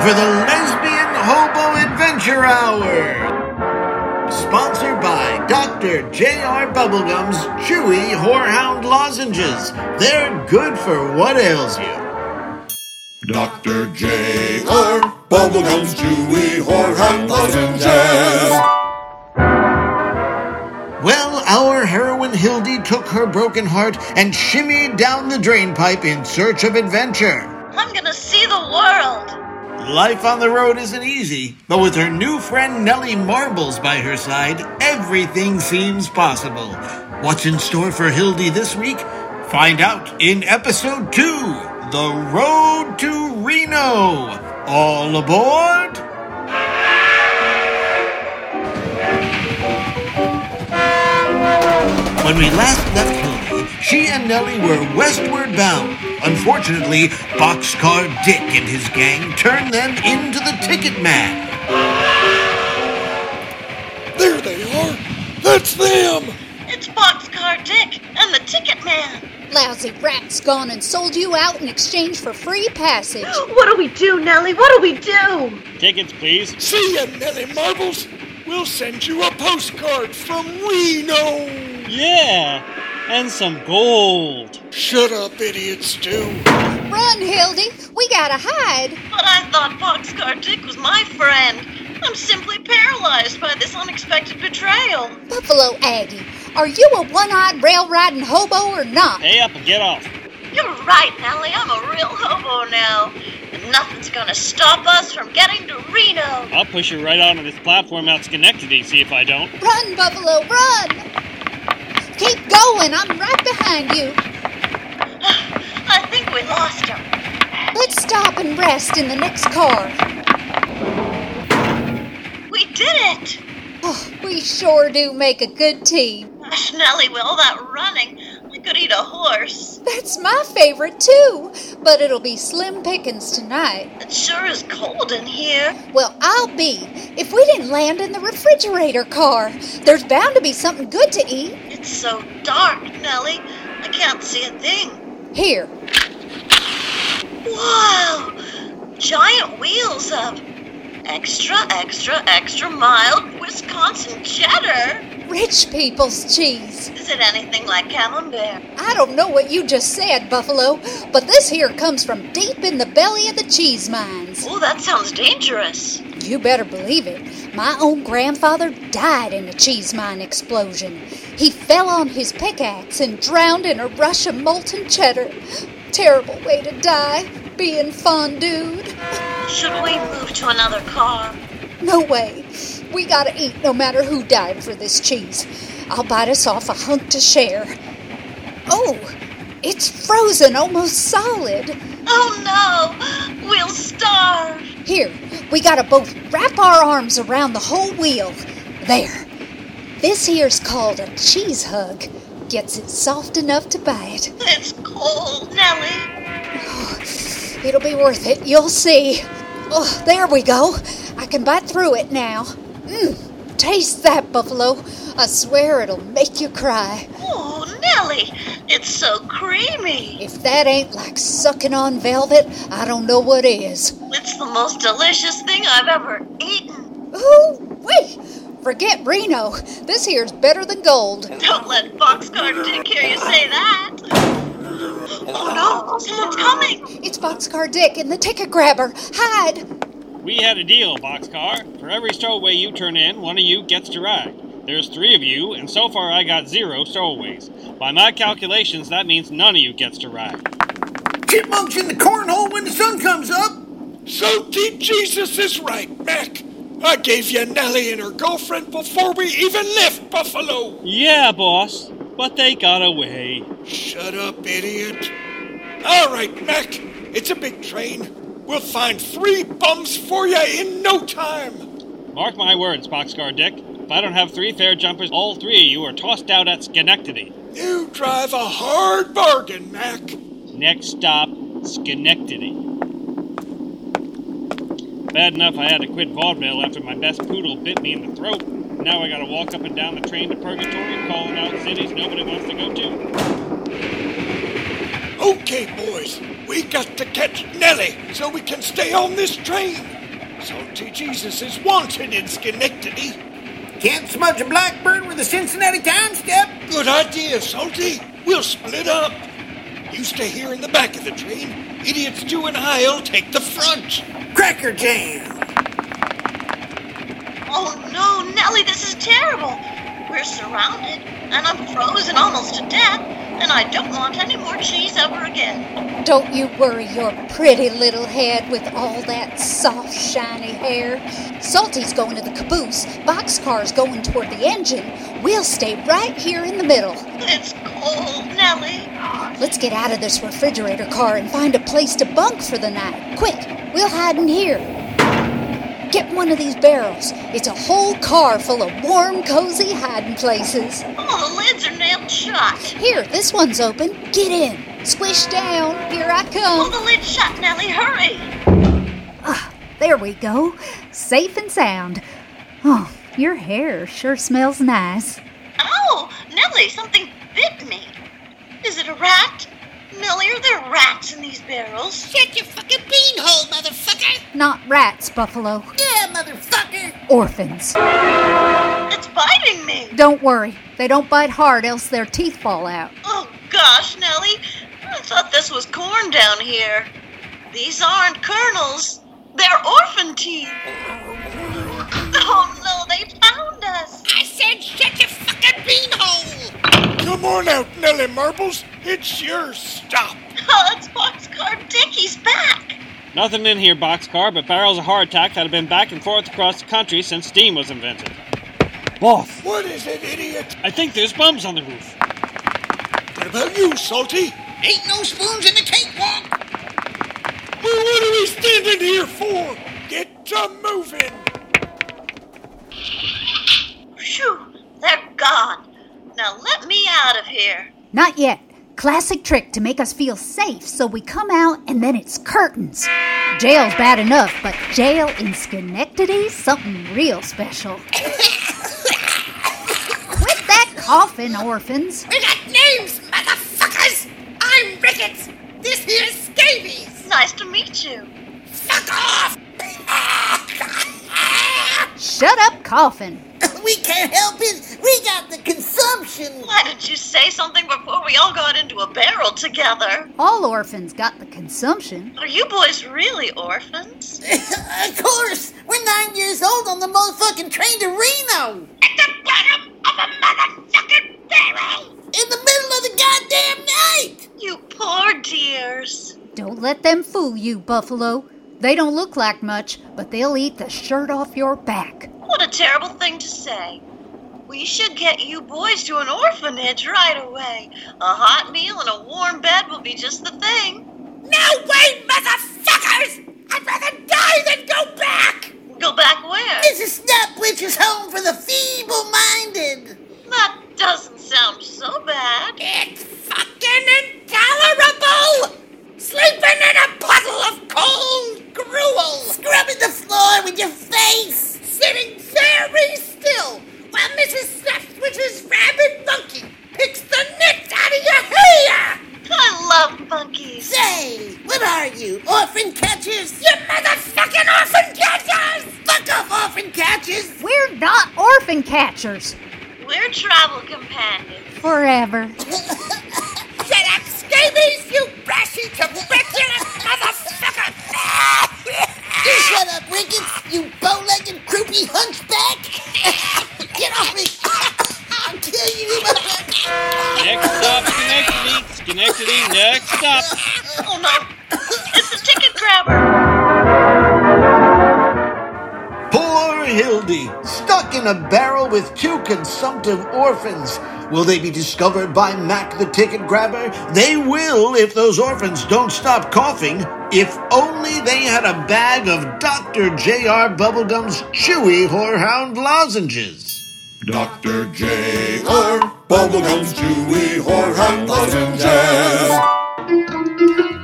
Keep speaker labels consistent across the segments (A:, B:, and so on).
A: for the Lesbian Hobo Adventure Hour. Sponsored by Dr. J.R. Bubblegum's Chewy Whorehound Lozenges. They're good for what ails you.
B: Dr. J.R. Bubblegum's Chewy Whorehound Lozenges.
A: Well, our heroine Hildy took her broken heart and shimmied down the drainpipe in search of adventure.
C: I'm gonna see the world!
A: Life on the road isn't easy, but with her new friend Nellie Marbles by her side, everything seems possible. What's in store for Hildy this week? Find out in episode 2 The Road to Reno. All aboard! When we last left Hildy, she and Nellie were westward bound. Unfortunately, Boxcar Dick and his gang turned them into the Ticket Man.
B: There they are! That's them!
C: It's Boxcar Dick and the Ticket Man!
D: Lousy rat's gone and sold you out in exchange for free passage.
C: What do we do, Nellie? What do we do?
E: Tickets, please.
B: See ya, Nellie Marbles! We'll send you a postcard from Reno!
E: Yeah, and some gold.
B: Shut up, idiot Stu.
D: Run, Hildy. We gotta hide.
C: But I thought Boxcar Dick was my friend. I'm simply paralyzed by this unexpected betrayal.
D: Buffalo Aggie, are you a one-eyed rail-riding hobo or not?
E: Hey up and get off.
C: You're right, Nellie. I'm a real hobo now. And nothing's gonna stop us from getting to Reno.
E: I'll push you right onto this platform out Schenectady, see if I don't.
D: Run, Buffalo, run! Keep going. I'm right behind you.
C: I think we lost her.
D: Let's stop and rest in the next car.
C: We did it.
D: Oh, we sure do make a good team.
C: Gosh, Nellie, with all that running, I could eat a horse.
D: That's my favorite, too. But it'll be slim pickings tonight.
C: It sure is cold in here.
D: Well, I'll be. If we didn't land in the refrigerator car, there's bound to be something good to eat.
C: It's so dark, Nellie. I can't see a thing.
D: Here.
C: Wow! Giant wheels of extra, extra, extra mild Wisconsin cheddar
D: rich people's cheese.
C: Is it anything like camembert?
D: I don't know what you just said, Buffalo, but this here comes from deep in the belly of the cheese mines.
C: Oh, that sounds dangerous.
D: You better believe it. My own grandfather died in a cheese mine explosion. He fell on his pickaxe and drowned in a rush of molten cheddar. Terrible way to die, being fondued.
C: Should we move to another car?
D: No way. We gotta eat no matter who died for this cheese. I'll bite us off a hunk to share. Oh, it's frozen almost solid.
C: Oh no, we'll starve.
D: Here, we gotta both wrap our arms around the whole wheel. There. This here's called a cheese hug. Gets it soft enough to bite.
C: It's cold, Nellie.
D: Oh, it'll be worth it, you'll see. Oh, there we go. I can bite through it now. Mmm, taste that, Buffalo. I swear it'll make you cry.
C: Oh, Nellie, it's so creamy.
D: If that ain't like sucking on velvet, I don't know what is.
C: It's the most delicious thing I've ever eaten.
D: Ooh, wait! Forget Reno. This here's better than gold.
C: Don't let Boxcar Dick hear you say that. Oh no! Someone's coming!
D: It's Boxcar Dick and the ticket grabber. Hide!
E: We had a deal, Boxcar. For every stowaway you turn in, one of you gets to ride. There's three of you, and so far I got zero stowaways. By my calculations, that means none of you gets to ride.
A: Chipmunks in the cornhole when the sun comes up!
B: So deep Jesus is right, Mac! I gave you Nellie and her girlfriend before we even left Buffalo!
E: Yeah, boss, but they got away.
B: Shut up, idiot. All right, Mac. It's a big train. We'll find three bums for you in no time.
E: Mark my words, Boxcar Dick. If I don't have three fair jumpers, all three of you are tossed out at Schenectady.
B: You drive a hard bargain, Mac.
E: Next stop, Schenectady. Bad enough I had to quit vaudeville after my best poodle bit me in the throat. Now I gotta walk up and down the train to purgatory, calling out cities nobody wants to go to.
B: Okay, boys, We got to catch Nellie so we can stay on this train. Salty Jesus is wanted in Schenectady.
A: Can't smudge a blackbird with a Cincinnati time step.
B: Good idea, Salty. We'll split up. You stay here in the back of the train. Idiots Jew and I'll take the front.
A: Cracker jam.
C: Oh no, Nellie, this is terrible. We're surrounded, and I'm frozen almost to death, and I don't want any more cheese ever again.
D: Don't you worry your pretty little head with all that soft, shiny hair. Salty's going to the caboose, Boxcar's going toward the engine. We'll stay right here in the middle.
C: It's cold, Nellie.
D: Let's get out of this refrigerator car and find a place to bunk for the night. Quick, we'll hide in here. Get one of these barrels. It's a whole car full of warm, cozy hiding places.
C: All the lids are nailed shut.
D: Here, this one's open. Get in. Squish down. Here I
C: Pull
D: come.
C: the lid shut, Nellie, hurry.
D: There we go. Safe and sound. Oh, your hair sure smells nice.
C: Ow! Nellie, something bit me. Is it a rat? Nellie, are there rats in these barrels?
F: Shut your fucking beanhole, motherfucker!
D: Not rats, Buffalo.
F: Yeah, motherfucker!
D: Orphans.
C: It's biting me.
D: Don't worry. They don't bite hard, else their teeth fall out.
C: Oh gosh, Nellie. I thought this was corn down here. These aren't kernels. They're orphan teeth. Oh no, they found us.
F: I said shut your fucking beanhole!
B: Come on out, Nellie Marbles. It's your stop.
C: Oh, it's Boxcar Dickie's back.
E: Nothing in here, Boxcar, but barrels of hardtack that have been back and forth across the country since steam was invented. Boss,
B: What is it, idiot?
E: I think there's bums on the roof.
B: What about you, Salty?
F: Ain't no spoons in the cakewalk!
B: Well, what are we standing here for? Get to moving.
C: Phew, they're gone. Now let me out of here.
D: Not yet. Classic trick to make us feel safe, so we come out and then it's curtains. Jail's bad enough, but jail in Schenectady's something real special. Quit that coughing, orphans.
F: We got names, motherfuckers! I'm Ricketts! This here's Scabies!
C: Nice to meet you.
F: Fuck off!
D: Shut up, coughing.
G: We can't help it. We got the consumption.
C: Why didn't you say something before we all got into a barrel together?
D: All orphans got the consumption.
C: Are you boys really orphans?
G: of course, we're nine years old on the motherfucking train to Reno.
F: At the bottom of a motherfucking barrel!
G: In the middle of the goddamn night.
C: You poor dears.
D: Don't let them fool you, Buffalo. They don't look like much, but they'll eat the shirt off your back.
C: What a terrible thing to say. We should get you boys to an orphanage right away. A hot meal and a warm bed will be just the thing.
F: No way, motherfuckers! I'd rather die than go back!
C: Go back where?
G: This is Snapwitch's home for the feeble-minded.
C: That doesn't sound so bad.
F: It's fucking intolerable! Sleeping in a puddle of cold gruel!
G: Scrubbing the floor with your face.
F: Sitting very still while Mrs. Snapswitch's rabid monkey picks the nits out of your hair!
C: I love monkeys.
G: Say, what are you, orphan catchers?
F: You motherfucking orphan catchers!
G: Fuck off, orphan catchers.
D: We're not orphan catchers.
C: We're travel companions.
D: Forever.
F: Shut up, scabies, you brashy, tuberculous motherfucker!
G: You shut up, Ricketts. You bow-legged, croupy hunchback. Get off me. I'll kill you.
E: Next stop, Schenectady. Schenectady, next stop.
C: Oh no, it's the ticket grabber.
A: Poor Hildy, stuck in a barrel with two consumptive orphans. Will they be discovered by Mac the ticket grabber? They will if those orphans don't stop coughing. If only they had a bag of Dr. J.R. Bubblegum's chewy whorehound lozenges.
H: Dr. J. Or Bubblegum's Chewy Whorehound Lozenges.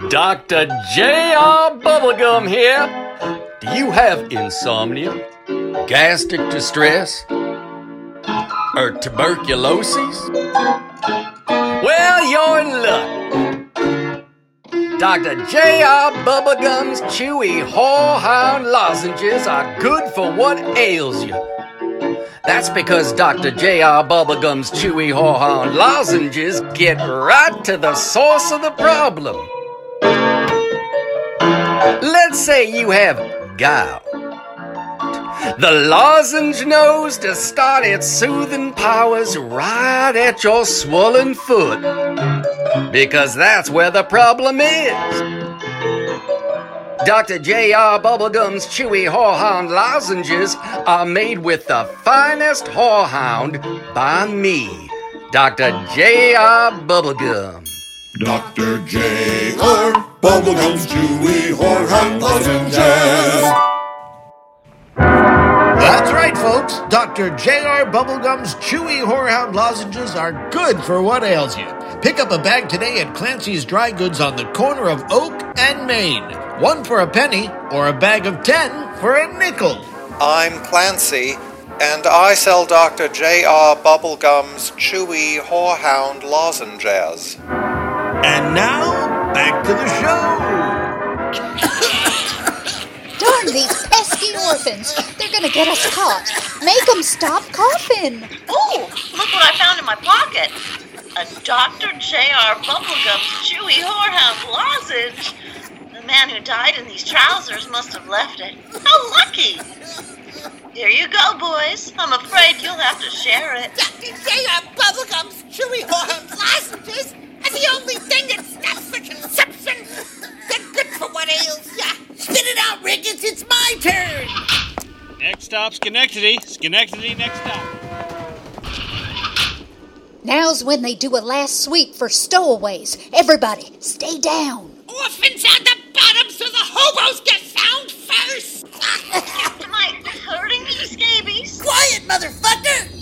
I: Dr. J.R. Bubblegum here. Do you have insomnia, gastric distress, or tuberculosis? Well, you're in luck. Dr. J.R. Bubblegum's chewy whorehound lozenges are good for what ails you. That's because Dr. J.R. Bubblegum's chewy whorehound lozenges get right to the source of the problem. Let's say you have gout. The lozenge knows to start its soothing powers right at your swollen foot. Because that's where the problem is. Dr. J.R. Bubblegum's chewy whorehound lozenges are made with the finest whorehound by me, Dr. J.R. Bubblegum.
H: Dr. J. R. Bubblegum's chewy whorehound lozenges.
A: That's right, folks. Dr. J.R. Bubblegum's chewy whorehound lozenges are good for what ails you. Pick up a bag today at Clancy's Dry Goods on the corner of Oak and Main. One for a penny or a bag of ten for a nickel.
J: I'm Clancy, and I sell Dr. J.R. Bubblegum's chewy whorehound lozenges.
A: And now, back to the show.
D: Darn these pesky orphans. They're gonna get us caught. Make them stop coughing.
C: Oh, look what I found in my pocket. A Dr. J.R. Bubblegum Chewy Whorehound lozenge. The man who died in these trousers must have left it. How lucky! Here you go, boys. I'm afraid you'll have to share it.
F: Dr. J.R. Bubblegum's chewy horn lozenges are the only thing that stops for consumption. They're good for what ails ya. Spit it out, Ricketts. It's my turn.
E: Next stop, Schenectady. Schenectady, next stop.
D: Now's when they do a last sweep for stowaways. Everybody, stay down.
F: Orphans at the bottom so the hobos get found first.
C: Am I hurting me, Scabies?
G: Quiet, motherfucker!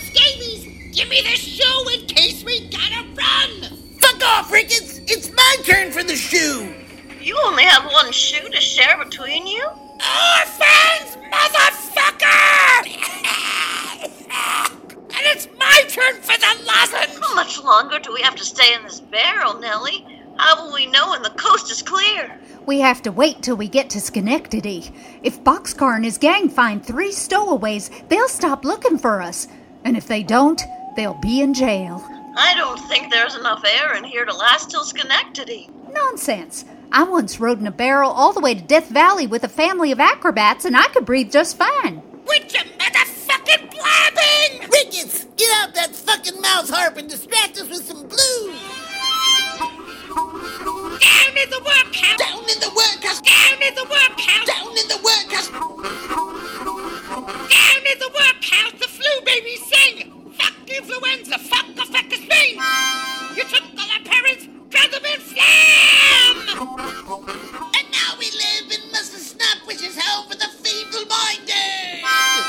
F: Scabies, give me the shoe in case we gotta run.
G: Fuck off, Ricketts! It's my turn for the shoe!
C: You only have one shoe to share between you?
F: Orphans, motherfucker! and it's my turn for the lozenge.
C: How much longer do we have to stay in this barrel, Nellie? How will we know when the coast is clear?
D: We have to wait till we get to Schenectady. If Boxcar and his gang find three stowaways, they'll stop looking for us. And if they don't, they'll be in jail.
C: I don't think there's enough air in here to last till Schenectady.
D: Nonsense. I once rode in a barrel all the way to Death Valley with a family of acrobats, and I could breathe just fine.
F: Quit your motherfucking blabbing!
G: Ricketts, get out that fucking mouse harp and distract us with some blues!
F: Down in the workhouse!
G: Down in the workhouse!
F: Down in the workhouse!
G: Down in the workhouse!
F: Down in the workhouse, the flu babies sing! Fuck influenza, fuck the fuck is me! You took all our parents, drown them in flame!
G: And now we live in Mr. Snap, which is hell for the feeble-minded!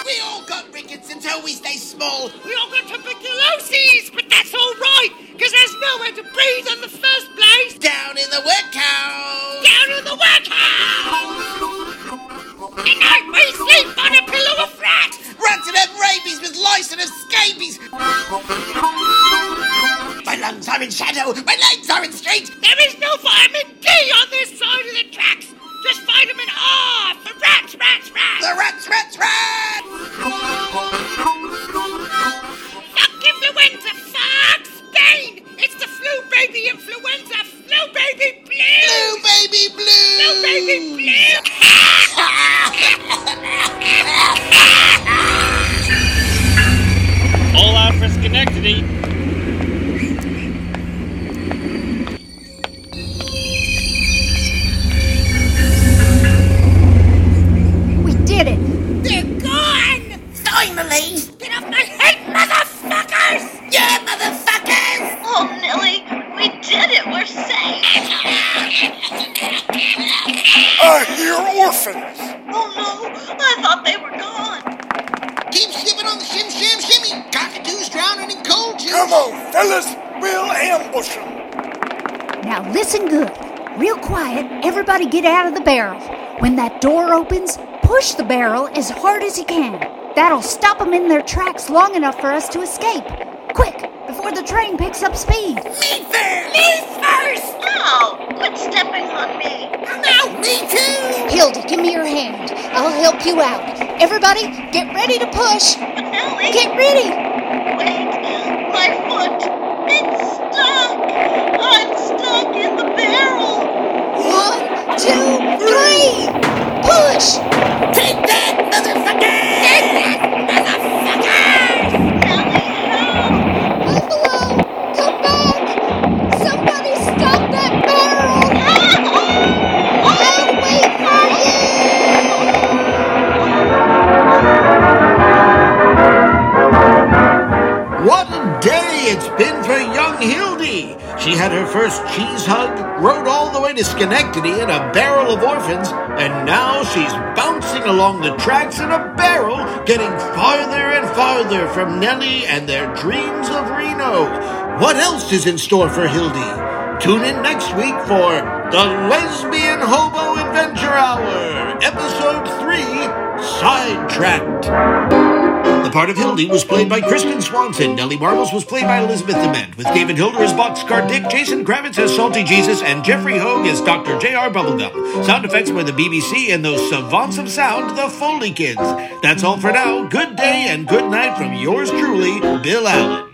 G: We all got rickets until we stay small.
F: We all got tuberculosis, but that's alright, because there's nowhere to breathe in the first place!
G: Down in the workhouse!
F: Down in the workhouse! At night we sleep on a pillow of rats!
G: Rats that have rabies with lice and have scabies! My lungs are in shadow! My legs are in straight!
F: There is no vitamin D on this side of the tracks! Just vitamin R for rats, rats, rats!
G: The rats, rats, rats!
F: Fuck influenza, fuck Spain! It's the flu baby influenza, flu baby blue!
G: Blue baby blue!
F: Flu baby blue!
E: All out for Schenectady.
D: We did it.
F: They're gone!
G: Finally!
F: Get off my head, motherfuckers!
G: Yeah, motherfuckers!
C: Oh, Nellie, we did it. We're safe.
B: I hear orphans.
C: Oh, no. I thought they were gone.
G: Keep shipping on the shim sham shimmy! Cockatoos drowning in cold juice!
B: Come on, fellas, we'll ambush them.
D: Now listen good. Real quiet, everybody get out of the barrel. When that door opens, push the barrel as hard as you can. That'll stop them in their tracks long enough for us to escape. Quick, before the train picks up speed.
F: Me first! Me first!
C: Ow! Quit stepping on me.
F: No, me too!
D: Hilda, give me your hand. I'll help you out. Everybody, get ready to push.
C: But Nellie,
D: Get ready.
C: wait. My foot. It's stuck. I'm stuck in the barrel.
D: One, two, three. Push.
F: Take that, motherfucker! Take that, motherfucker!
C: Nellie,
D: Buffalo, come back. Somebody stop that barrel.
C: Ah!
D: I'll wait for you.
A: What a day it's been for young Hildy! She had her first cheese hug, rode all the way to Schenectady in a barrel of orphans, and now she's bouncing along the tracks in a barrel, getting farther and farther from Nellie and their dreams of Reno. What else is in store for Hildy? Tune in next week for The Lesbian Hobo Adventure Hour, Episode 3 Sidetracked. The part of Hildy was played by Kristen Swanson. Nellie Marbles was played by Elizabeth Dement, with David Hilder as Boxcar Dick, Jason Kravitz as Salty Jesus, and Jeffrey Hoag as Dr. J.R. Bubblegum. Sound effects by the BBC and those savants of sound, the Foley Kids. That's all for now. Good day and good night from yours truly, Bill Allen.